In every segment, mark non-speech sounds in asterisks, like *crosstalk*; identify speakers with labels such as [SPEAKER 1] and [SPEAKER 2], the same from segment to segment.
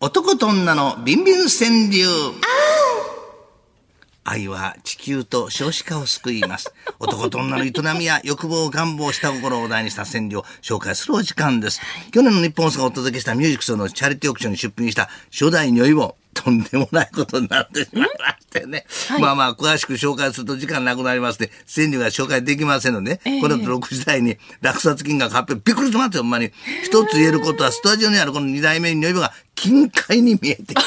[SPEAKER 1] 男と女のビンビン川柳。愛は地球と少子化を救います。男と女の営みや欲望、願望、下心をお題にした川柳を紹介するお時間です。去年の日本放送がお届けしたミュージックソーのチャリティーオークションに出品した初代如意もとんでもないことになってしまいましてね。まあまあ、詳しく紹介すると時間なくなりまして、川柳が紹介できませんので、
[SPEAKER 2] ええ
[SPEAKER 1] この後6時台に落札金額発表、びっくりしますよ、ほんまに。一つ言えることは、スタジオにあるこの二代目如意棒が金塊に見えてくる。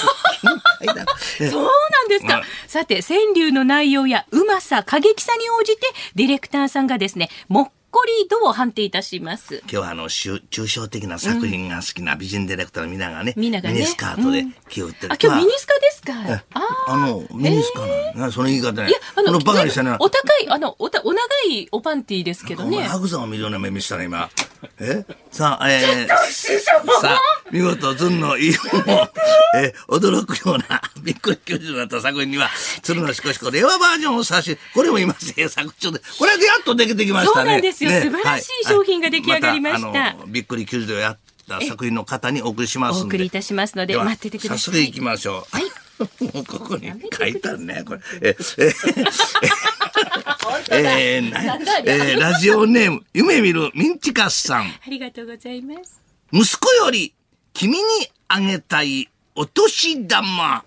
[SPEAKER 1] 金塊だ。
[SPEAKER 2] *laughs* そうなんですか、
[SPEAKER 1] うん
[SPEAKER 2] さて川柳の内容やうまさ過激さに応じてディレクターさんがですねもっこり度を判定いたします
[SPEAKER 1] 今日はあの集抽象的な作品が好きな美人ディレクターの皆がね,、
[SPEAKER 2] 皆がね
[SPEAKER 1] ミニスカートで気を売ってる、
[SPEAKER 2] あ今日ミニ
[SPEAKER 1] ま
[SPEAKER 2] スカですか、
[SPEAKER 1] あ
[SPEAKER 2] あ
[SPEAKER 1] あのミニスカーなの、なその言い方ね
[SPEAKER 2] いやあ
[SPEAKER 1] こ
[SPEAKER 2] の
[SPEAKER 1] のバカにしたな
[SPEAKER 2] お高いあのおたお長いおパンティーですけど
[SPEAKER 1] お前
[SPEAKER 2] ね
[SPEAKER 1] 白山を見るような目見した
[SPEAKER 2] *laughs*
[SPEAKER 1] ね今えさあえー、さあ見事ずんのいい本を、 *laughs* えー驚くような *laughs* びっくり九十になった作品には鶴のしこしこ令和バージョンを差しこれも今制作中でこれでやっとできてきました
[SPEAKER 2] そ
[SPEAKER 1] ね
[SPEAKER 2] うなんですよ
[SPEAKER 1] ね
[SPEAKER 2] 素晴らしい商品が出来上がりました
[SPEAKER 1] はいあのびっくり九十をやった作品の方にお送りしますんで
[SPEAKER 2] お送りいたしますので
[SPEAKER 1] は
[SPEAKER 2] 待っててくだ
[SPEAKER 1] 早
[SPEAKER 2] さ
[SPEAKER 1] 速行
[SPEAKER 2] い
[SPEAKER 1] きましょう。
[SPEAKER 2] はい
[SPEAKER 1] *laughs* もうここに書いてあるね、これ。え、え、え、えー、な
[SPEAKER 2] なんだありゃ
[SPEAKER 1] えーラジオネーム、夢見るミンチカスさん。
[SPEAKER 2] ありがとうございます
[SPEAKER 1] 息子より、君にあげたいお年玉。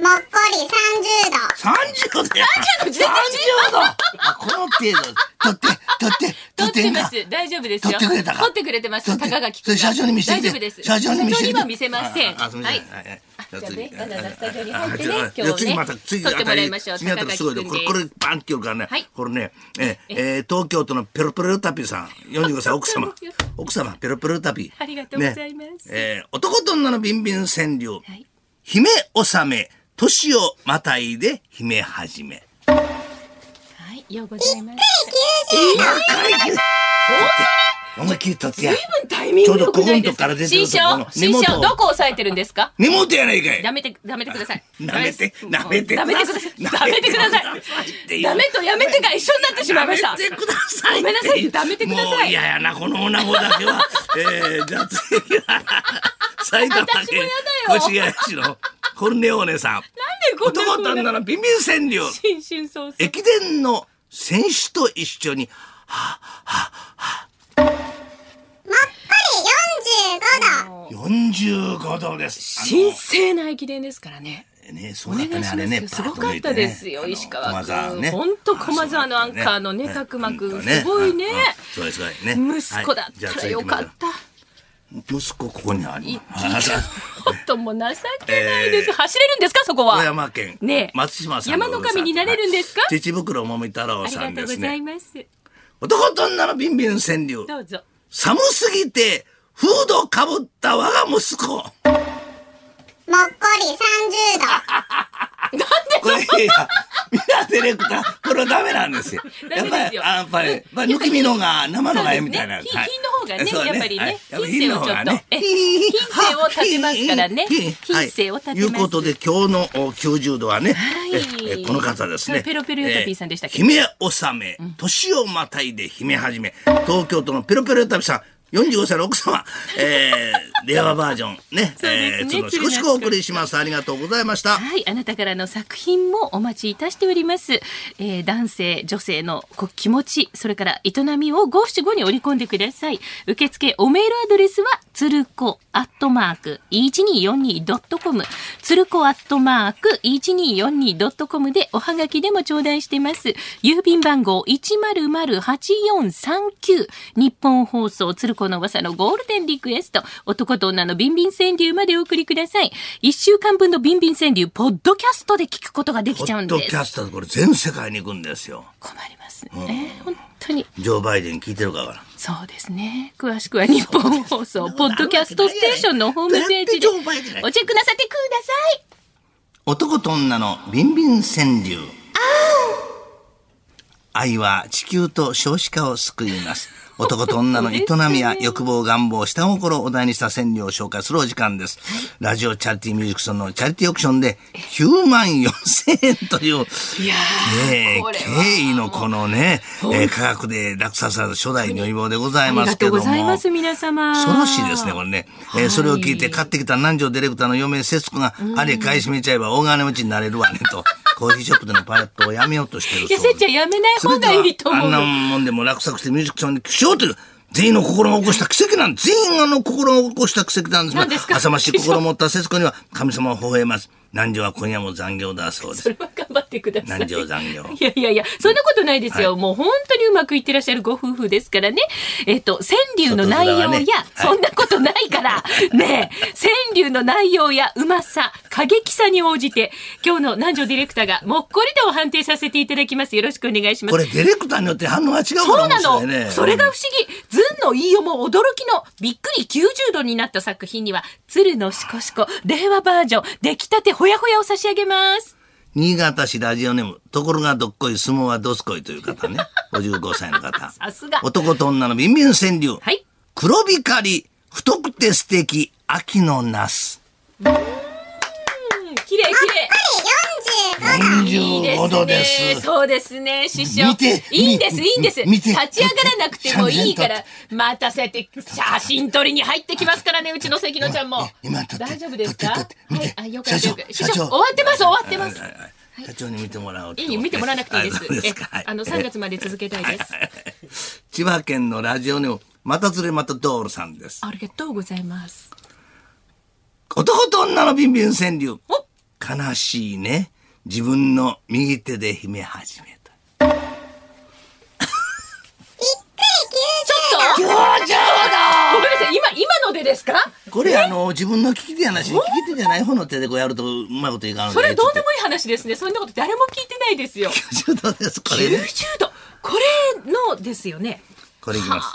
[SPEAKER 3] もっこり30度。
[SPEAKER 1] 三十度だよ。
[SPEAKER 2] 30度
[SPEAKER 1] 度あこの程度。取って、取
[SPEAKER 2] 撮
[SPEAKER 1] っ、
[SPEAKER 2] って
[SPEAKER 1] 取って
[SPEAKER 2] て
[SPEAKER 1] ん
[SPEAKER 2] ま
[SPEAKER 1] か。
[SPEAKER 2] す。大丈夫です
[SPEAKER 1] 撮
[SPEAKER 2] よ。
[SPEAKER 1] ってくれたか
[SPEAKER 2] 撮ってくれてます。
[SPEAKER 1] 撮って
[SPEAKER 2] 高垣
[SPEAKER 1] そ
[SPEAKER 2] 君
[SPEAKER 1] れ
[SPEAKER 2] が。
[SPEAKER 1] 社長に見せて
[SPEAKER 2] 大丈夫です。
[SPEAKER 1] 社長に見せて
[SPEAKER 2] 社は見せません。
[SPEAKER 1] ああすみま
[SPEAKER 2] は
[SPEAKER 1] せ
[SPEAKER 2] い
[SPEAKER 1] ん。はいはい
[SPEAKER 2] あじゃあね
[SPEAKER 1] 次
[SPEAKER 2] わざわざスタジオに
[SPEAKER 1] あ
[SPEAKER 2] 入ってね
[SPEAKER 1] ああ
[SPEAKER 2] 今日ね
[SPEAKER 1] 次また次
[SPEAKER 2] 撮ってもらいましょう
[SPEAKER 1] 次あたりすごいで
[SPEAKER 2] 高
[SPEAKER 1] こ
[SPEAKER 2] 垣
[SPEAKER 1] れ
[SPEAKER 2] 君
[SPEAKER 1] これバンっていうからね
[SPEAKER 2] はい
[SPEAKER 1] これねええー東京都のペロペロ旅さん45歳奥様奥様ペロペロ旅
[SPEAKER 2] ありがとうございます
[SPEAKER 1] ねえー男と女のビンビン川柳
[SPEAKER 2] はい
[SPEAKER 1] 姫納め年をまたいで姫始め
[SPEAKER 2] はい、ようございます。
[SPEAKER 1] 思いっきり取ってや
[SPEAKER 2] 随分タイミング良くない
[SPEAKER 1] ちょうどここ
[SPEAKER 2] で
[SPEAKER 1] んと
[SPEAKER 2] す
[SPEAKER 1] こから
[SPEAKER 2] か。
[SPEAKER 1] 出てる
[SPEAKER 2] 新
[SPEAKER 1] とこ
[SPEAKER 2] 章
[SPEAKER 1] の、根
[SPEAKER 2] 新
[SPEAKER 1] 元を
[SPEAKER 2] 章、どこ押さえてるんですか。
[SPEAKER 1] 根元やないかい
[SPEAKER 2] やめて、やめてください。
[SPEAKER 1] なめて、なめて、
[SPEAKER 2] ダメですダメてください。ダメとやめてが一緒になってしまいました。
[SPEAKER 1] やめてください。
[SPEAKER 2] ごめんなさいやめてください
[SPEAKER 1] もう嫌やな、この女子だけ
[SPEAKER 2] *laughs*
[SPEAKER 1] は。えー、じゃあ次は、埼玉
[SPEAKER 2] 私も
[SPEAKER 1] 県
[SPEAKER 2] やだよ
[SPEAKER 1] 越谷市のコルネオーネさん。
[SPEAKER 2] なんでこんな
[SPEAKER 1] 男と女のビンビン川柳。
[SPEAKER 2] 新春早々。
[SPEAKER 1] 駅伝の選手と一緒に、
[SPEAKER 3] もっこ
[SPEAKER 1] 45度です。あの
[SPEAKER 2] 神聖な駅伝ですからね。
[SPEAKER 1] ね、そ
[SPEAKER 2] お
[SPEAKER 1] うだ
[SPEAKER 2] 願
[SPEAKER 1] っ
[SPEAKER 2] い
[SPEAKER 1] た
[SPEAKER 2] しま
[SPEAKER 1] ね、あれ
[SPEAKER 2] す
[SPEAKER 1] ね、
[SPEAKER 2] よ。すご
[SPEAKER 1] パ
[SPEAKER 2] か
[SPEAKER 1] ー
[SPEAKER 2] っ
[SPEAKER 1] ッ
[SPEAKER 2] た
[SPEAKER 1] と抜いてね
[SPEAKER 2] ですよ、
[SPEAKER 1] あの
[SPEAKER 2] 石川
[SPEAKER 1] 駒沢
[SPEAKER 2] 君。
[SPEAKER 1] ね
[SPEAKER 2] 本当駒沢のアンカーのね、
[SPEAKER 1] あそうだ
[SPEAKER 2] 角間君、
[SPEAKER 1] ね
[SPEAKER 2] すごいね
[SPEAKER 1] うんうん。すごいすごいね。
[SPEAKER 2] 息子だったらよかった。
[SPEAKER 1] た。息子ここに
[SPEAKER 2] *laughs*
[SPEAKER 1] あり
[SPEAKER 2] い
[SPEAKER 1] ます。
[SPEAKER 2] とも情けないです。走れるんですか、そこは。
[SPEAKER 1] *laughs* 富山県、
[SPEAKER 2] ねえ
[SPEAKER 1] 松島さん
[SPEAKER 2] 山の神になれるんですか
[SPEAKER 1] はい父袋もみ太郎
[SPEAKER 2] あり
[SPEAKER 1] さ
[SPEAKER 2] が
[SPEAKER 1] ん
[SPEAKER 2] と
[SPEAKER 1] で
[SPEAKER 2] うご
[SPEAKER 1] す
[SPEAKER 2] ざい
[SPEAKER 1] ね
[SPEAKER 2] ます。
[SPEAKER 1] 男と女のビンビン川柳
[SPEAKER 2] どうぞ。
[SPEAKER 1] 寒すぎてフードかぶった我が息子
[SPEAKER 3] り40度。もっこり30度。
[SPEAKER 1] これいやみんなディレクターこれはダメなんですよ
[SPEAKER 2] *laughs* ダメですよ
[SPEAKER 1] やっぱりあやっぱり、やっぱり抜き身のが生のがええみたいな
[SPEAKER 2] そうですね品品の方がね
[SPEAKER 1] そう
[SPEAKER 2] やっぱりね
[SPEAKER 1] はい
[SPEAKER 2] 品性をちょっと
[SPEAKER 1] やぱり品の方がね
[SPEAKER 2] え品性を立てますからね
[SPEAKER 1] 品
[SPEAKER 2] 品性を立てます
[SPEAKER 1] はい、いうことで今日のお90度はね、
[SPEAKER 2] はい
[SPEAKER 1] ええこの方ですね
[SPEAKER 2] ペロペロヨタピーさんでしたっけ
[SPEAKER 1] え姫納め年をまたいで姫始め東京都のペロペロヨタピーさん45歳の奥
[SPEAKER 2] *laughs*
[SPEAKER 1] 様、えー、令和バージョンね、
[SPEAKER 2] そうですね
[SPEAKER 1] えー、そのしこしこお送りします。ありがとうございました。
[SPEAKER 2] はい、あなたからの作品もお待ちいたしております。えー男性、女性のこう気持ち、それから営みを五七五に織り込んでください。受付、おメールアドレスは、つるこ、アットマーク、1242.com、つるこ、アットマーク、1242.com でおはがきでも頂戴してます。郵便番号100-8439、日本放送、つるこの噂のゴールデンリクエスト、男と女のビンビン川柳までお送りください。一週間分のビンビン川柳、ポッドキャストで聞くことができ
[SPEAKER 1] ポ
[SPEAKER 2] ちゃう
[SPEAKER 1] ッ
[SPEAKER 2] ん
[SPEAKER 1] ド
[SPEAKER 2] で
[SPEAKER 1] キ
[SPEAKER 2] す
[SPEAKER 1] ャ。ストでこれ全世界に行くんですよ。
[SPEAKER 2] 困りますね。本当に。
[SPEAKER 1] ジョー・バイデン聞いてるかから。
[SPEAKER 2] そうですね。詳しくは日本放送、 *laughs* ポッドキャストステーションのホームページで、
[SPEAKER 1] ど
[SPEAKER 2] お
[SPEAKER 1] うやって情報入ってない
[SPEAKER 2] チェックなさってください。
[SPEAKER 1] 男と女のビンビン川柳。愛は地球と少子化を救います。男と女の営みや欲望、願望、下心をお題にした占領を紹介するお時間です。ラジオチャリティーミュージックソンのチャリティーオークションで9万4000円という、
[SPEAKER 2] いやー
[SPEAKER 1] ねえ
[SPEAKER 2] これは
[SPEAKER 1] 経緯のこのね、えー、科学で落札された初代如意棒でござい
[SPEAKER 2] あ
[SPEAKER 1] ま
[SPEAKER 2] り
[SPEAKER 1] す
[SPEAKER 2] がと
[SPEAKER 1] け
[SPEAKER 2] う
[SPEAKER 1] ども。
[SPEAKER 2] ございます、皆様。
[SPEAKER 1] 恐ろしいですね、これね。えー
[SPEAKER 2] はい
[SPEAKER 1] それを聞いて買ってきた南條ディレクターの嫁、節子が、あれ買い占めちゃえば大金持ちになれるわね、
[SPEAKER 2] *laughs*
[SPEAKER 1] と。コーヒーショップでのパレットをやめようとしてるそう
[SPEAKER 2] いや、せっちゃんやめない方がいいと思
[SPEAKER 1] 全てはあ
[SPEAKER 2] う。
[SPEAKER 1] んなもんでも落札してミュージックソンにしようという。全員の心が起こした奇跡なんです。全員の心が起こした奇跡なんですが
[SPEAKER 2] 何ですか
[SPEAKER 1] 浅ましい心を持った節子には神様を微笑ます。南條は今夜も残業だそうです
[SPEAKER 2] そ。れは頑張ってください。
[SPEAKER 1] 南條残業
[SPEAKER 2] いやいやいや、そんなことないですよ。もう本当にうまくいってらっしゃるご夫婦ですからね。えっと、川柳の内容や、
[SPEAKER 1] 外側ねはい
[SPEAKER 2] そんなことない
[SPEAKER 1] *laughs*
[SPEAKER 2] から、ねえ、川柳の内容やうまさ、過激さに応じて、今日の南條ディレクターがもっこりとを判定させていただきます。よろしくお願いします。
[SPEAKER 1] これディレクターによって反応が違うから
[SPEAKER 2] そうな
[SPEAKER 1] 面白
[SPEAKER 2] の、
[SPEAKER 1] いね
[SPEAKER 2] それが不思議。ずんの飯尾も驚きのびっくり90度になった作品には、鶴のしこしこ、令和バージョン、出来たてほやほやを差し上げます。
[SPEAKER 1] 新潟市ラジオネーム、ところがどっこい、相撲はどすこいという方
[SPEAKER 2] *laughs*
[SPEAKER 1] ね。55歳の方。
[SPEAKER 2] さすが
[SPEAKER 1] 男と女のビンビン川柳。
[SPEAKER 2] はい。
[SPEAKER 1] 黒光り、太くて素敵、秋のナス。
[SPEAKER 2] うん綺麗綺麗。
[SPEAKER 3] 45度
[SPEAKER 2] いいです
[SPEAKER 1] 45度で
[SPEAKER 2] ね。
[SPEAKER 1] す。
[SPEAKER 2] そうですね、師匠。
[SPEAKER 1] 見て
[SPEAKER 2] いいんです、い
[SPEAKER 1] 見
[SPEAKER 2] いんです。
[SPEAKER 1] 見て
[SPEAKER 2] 立ち上がらなくてもいいか
[SPEAKER 1] 三千
[SPEAKER 2] ら、待たせて、写真撮りに入ってきます
[SPEAKER 1] *laughs*
[SPEAKER 2] からね、うちの関野ちゃんも。
[SPEAKER 1] 今撮って
[SPEAKER 2] 大丈夫です
[SPEAKER 1] 撮
[SPEAKER 2] か
[SPEAKER 1] って撮って見て
[SPEAKER 2] はい、あ、よかった
[SPEAKER 1] 社
[SPEAKER 2] よ
[SPEAKER 1] 長
[SPEAKER 2] かった。師匠、
[SPEAKER 1] 社
[SPEAKER 2] 終
[SPEAKER 1] 長
[SPEAKER 2] わってます、終わってます
[SPEAKER 1] は。いはいはい社長に見てもらおうと
[SPEAKER 2] い
[SPEAKER 1] 思って
[SPEAKER 2] い見てもらわなくていいで
[SPEAKER 1] *laughs* あ
[SPEAKER 2] す。
[SPEAKER 1] そうで
[SPEAKER 2] え
[SPEAKER 1] すかはい
[SPEAKER 2] あの、3月まで続けたいです。
[SPEAKER 1] 千葉県のラジオネーム、また連れまたドールさんです。
[SPEAKER 2] ありがとうございます。
[SPEAKER 1] 男と女のビンビン川柳。
[SPEAKER 2] お
[SPEAKER 1] 悲しいね。自分の右手で秘め始め
[SPEAKER 2] ち
[SPEAKER 1] た。
[SPEAKER 2] ょっとごめんなさい、今、今のでですか
[SPEAKER 1] これ、あの、自分の利き手やなし、利き手じゃない方の手でこうやるとうまいこといかんの
[SPEAKER 2] それどうで
[SPEAKER 1] も。
[SPEAKER 2] もいい話ですね。そんなこと誰も聞いてないですよ。
[SPEAKER 1] ちょっとです、これね。
[SPEAKER 2] 90度。これのですよね。
[SPEAKER 1] これいきます。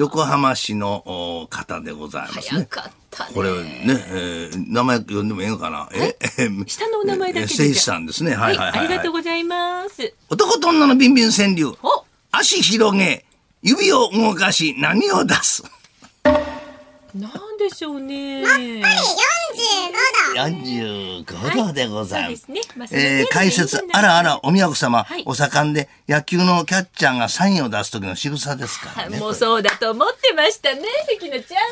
[SPEAKER 1] 横浜市のお方でございます
[SPEAKER 2] 早
[SPEAKER 1] ね。
[SPEAKER 2] かったね。
[SPEAKER 1] これね、えー名前呼んでもええのかなええ
[SPEAKER 2] 下のお名前だけでじゃあ
[SPEAKER 1] え誠司さんですね。は
[SPEAKER 2] はいい、
[SPEAKER 1] はい
[SPEAKER 2] あ
[SPEAKER 1] はい、
[SPEAKER 2] りがとう
[SPEAKER 1] は
[SPEAKER 2] ご
[SPEAKER 1] い。
[SPEAKER 2] ざいます。
[SPEAKER 1] 男と女のビンビン川柳。
[SPEAKER 2] お
[SPEAKER 1] 足広げ、指を動かし、何を出す。
[SPEAKER 2] なんでしょうね。
[SPEAKER 3] 45度
[SPEAKER 1] 45度でござ
[SPEAKER 2] はいそう
[SPEAKER 1] います。
[SPEAKER 2] ですねまあそれだけ
[SPEAKER 1] え
[SPEAKER 2] で
[SPEAKER 1] ー解説
[SPEAKER 2] いいん、じゃ
[SPEAKER 1] あ
[SPEAKER 2] ない
[SPEAKER 1] らあら、お宮子様、
[SPEAKER 2] はい
[SPEAKER 1] お盛んで野球のキャッチャーがサインを出す時の仕草ですからね。
[SPEAKER 2] もうそうだと思ってましたね、関野ちゃん。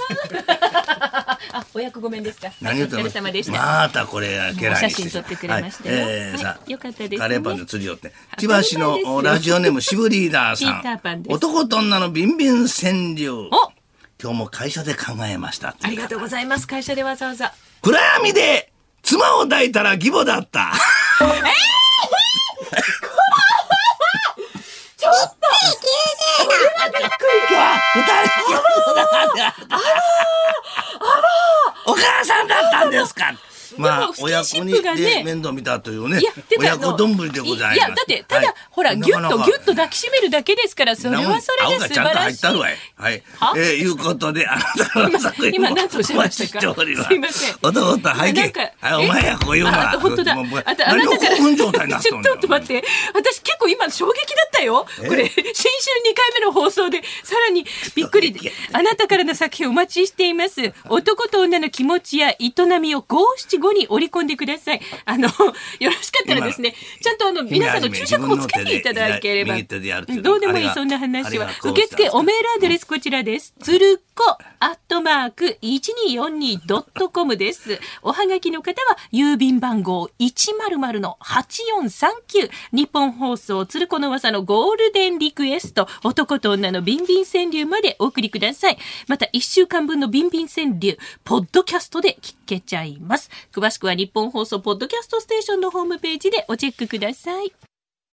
[SPEAKER 2] *laughs* あ、お役ごめんですか。
[SPEAKER 1] 何言って
[SPEAKER 2] お疲
[SPEAKER 1] ま
[SPEAKER 2] れ
[SPEAKER 1] す
[SPEAKER 2] 様でした。
[SPEAKER 1] またこれ家来にして
[SPEAKER 2] お写真撮ってくれましたよ
[SPEAKER 1] はいえ
[SPEAKER 2] は
[SPEAKER 1] ー
[SPEAKER 2] い
[SPEAKER 1] さあ
[SPEAKER 2] よかったですね
[SPEAKER 1] カレーパンで釣り寄って
[SPEAKER 2] あ
[SPEAKER 1] 千葉市
[SPEAKER 2] 当たり前で
[SPEAKER 1] の
[SPEAKER 2] すよ
[SPEAKER 1] ラジオネームシブリーダー
[SPEAKER 2] ピーター
[SPEAKER 1] さ
[SPEAKER 2] パン
[SPEAKER 1] ん
[SPEAKER 2] です
[SPEAKER 1] 男と女のビンビン川柳
[SPEAKER 2] お
[SPEAKER 1] 今日も会社で考えました
[SPEAKER 2] ありがとうございます。会社でわざわざ。
[SPEAKER 1] 暗闇で妻を抱いたら義母だった
[SPEAKER 2] ちょっと
[SPEAKER 1] 今日は二
[SPEAKER 3] 90度
[SPEAKER 1] 人きりだからお母さんだったんですかま
[SPEAKER 2] で
[SPEAKER 1] あ
[SPEAKER 2] もスキ
[SPEAKER 1] 親
[SPEAKER 2] ンシ
[SPEAKER 1] 子
[SPEAKER 2] ップ
[SPEAKER 1] に
[SPEAKER 2] がね
[SPEAKER 1] で面倒見たというね
[SPEAKER 2] いや、てか
[SPEAKER 1] 親
[SPEAKER 2] あ
[SPEAKER 1] 子
[SPEAKER 2] の
[SPEAKER 1] 丼でございます
[SPEAKER 2] いや、だって、ただ、
[SPEAKER 1] はい
[SPEAKER 2] ほら、
[SPEAKER 1] な
[SPEAKER 2] ぎゅ
[SPEAKER 1] か
[SPEAKER 2] っ
[SPEAKER 1] な
[SPEAKER 2] と
[SPEAKER 1] か
[SPEAKER 2] ぎゅっと抱きしめるだけですから、それはそれ
[SPEAKER 1] 青
[SPEAKER 2] で
[SPEAKER 1] が
[SPEAKER 2] 素
[SPEAKER 1] ちゃんと
[SPEAKER 2] 晴
[SPEAKER 1] 入
[SPEAKER 2] ら
[SPEAKER 1] っ
[SPEAKER 2] したい
[SPEAKER 1] る。わい。はい。
[SPEAKER 2] は
[SPEAKER 1] えー、いうことで、あなたの作品も
[SPEAKER 2] 今今何とおっしゃいましたか
[SPEAKER 1] お待ちております
[SPEAKER 2] いません
[SPEAKER 1] 男と背
[SPEAKER 2] なん
[SPEAKER 1] 景
[SPEAKER 2] か。
[SPEAKER 1] はい、お前や、こういうのは。
[SPEAKER 2] あ本当だ。
[SPEAKER 1] もうもう
[SPEAKER 2] あと、あ
[SPEAKER 1] 何
[SPEAKER 2] な
[SPEAKER 1] を
[SPEAKER 2] たから。
[SPEAKER 1] 興奮状態になっ
[SPEAKER 2] ち
[SPEAKER 1] と
[SPEAKER 2] ょ
[SPEAKER 1] ん
[SPEAKER 2] っ
[SPEAKER 1] だよ
[SPEAKER 2] と待って。私結構今衝撃だったよ。これ、新春2回目の放送で、さらにびっくり。あなたからの作品お待ちしています。男と女の気持ちや営みを五七五に織り込んでください。あの、よろしかったらですね、ちゃんとあの、皆さんの注釈もつけていただければ。
[SPEAKER 1] 自分の手で左右手でやるっていうの
[SPEAKER 2] どうでも
[SPEAKER 1] あ
[SPEAKER 2] い
[SPEAKER 1] れ
[SPEAKER 2] い、
[SPEAKER 1] が
[SPEAKER 2] そんな話
[SPEAKER 1] あ
[SPEAKER 2] は
[SPEAKER 1] れが。こう
[SPEAKER 2] 受付
[SPEAKER 1] した
[SPEAKER 2] おメールアドレスこちらです。つるこアットマーク 1242.com です。おはがきの方は郵便番号100-8439日本放送つるこの噂のゴールデンリクエスト男と女のビンビン川柳までお送りください。また1週間分のビンビン川柳、ポッドキャストで聞けちゃいます。詳しくは日本放送ポッドキャストステーションのホームページでおチェックください。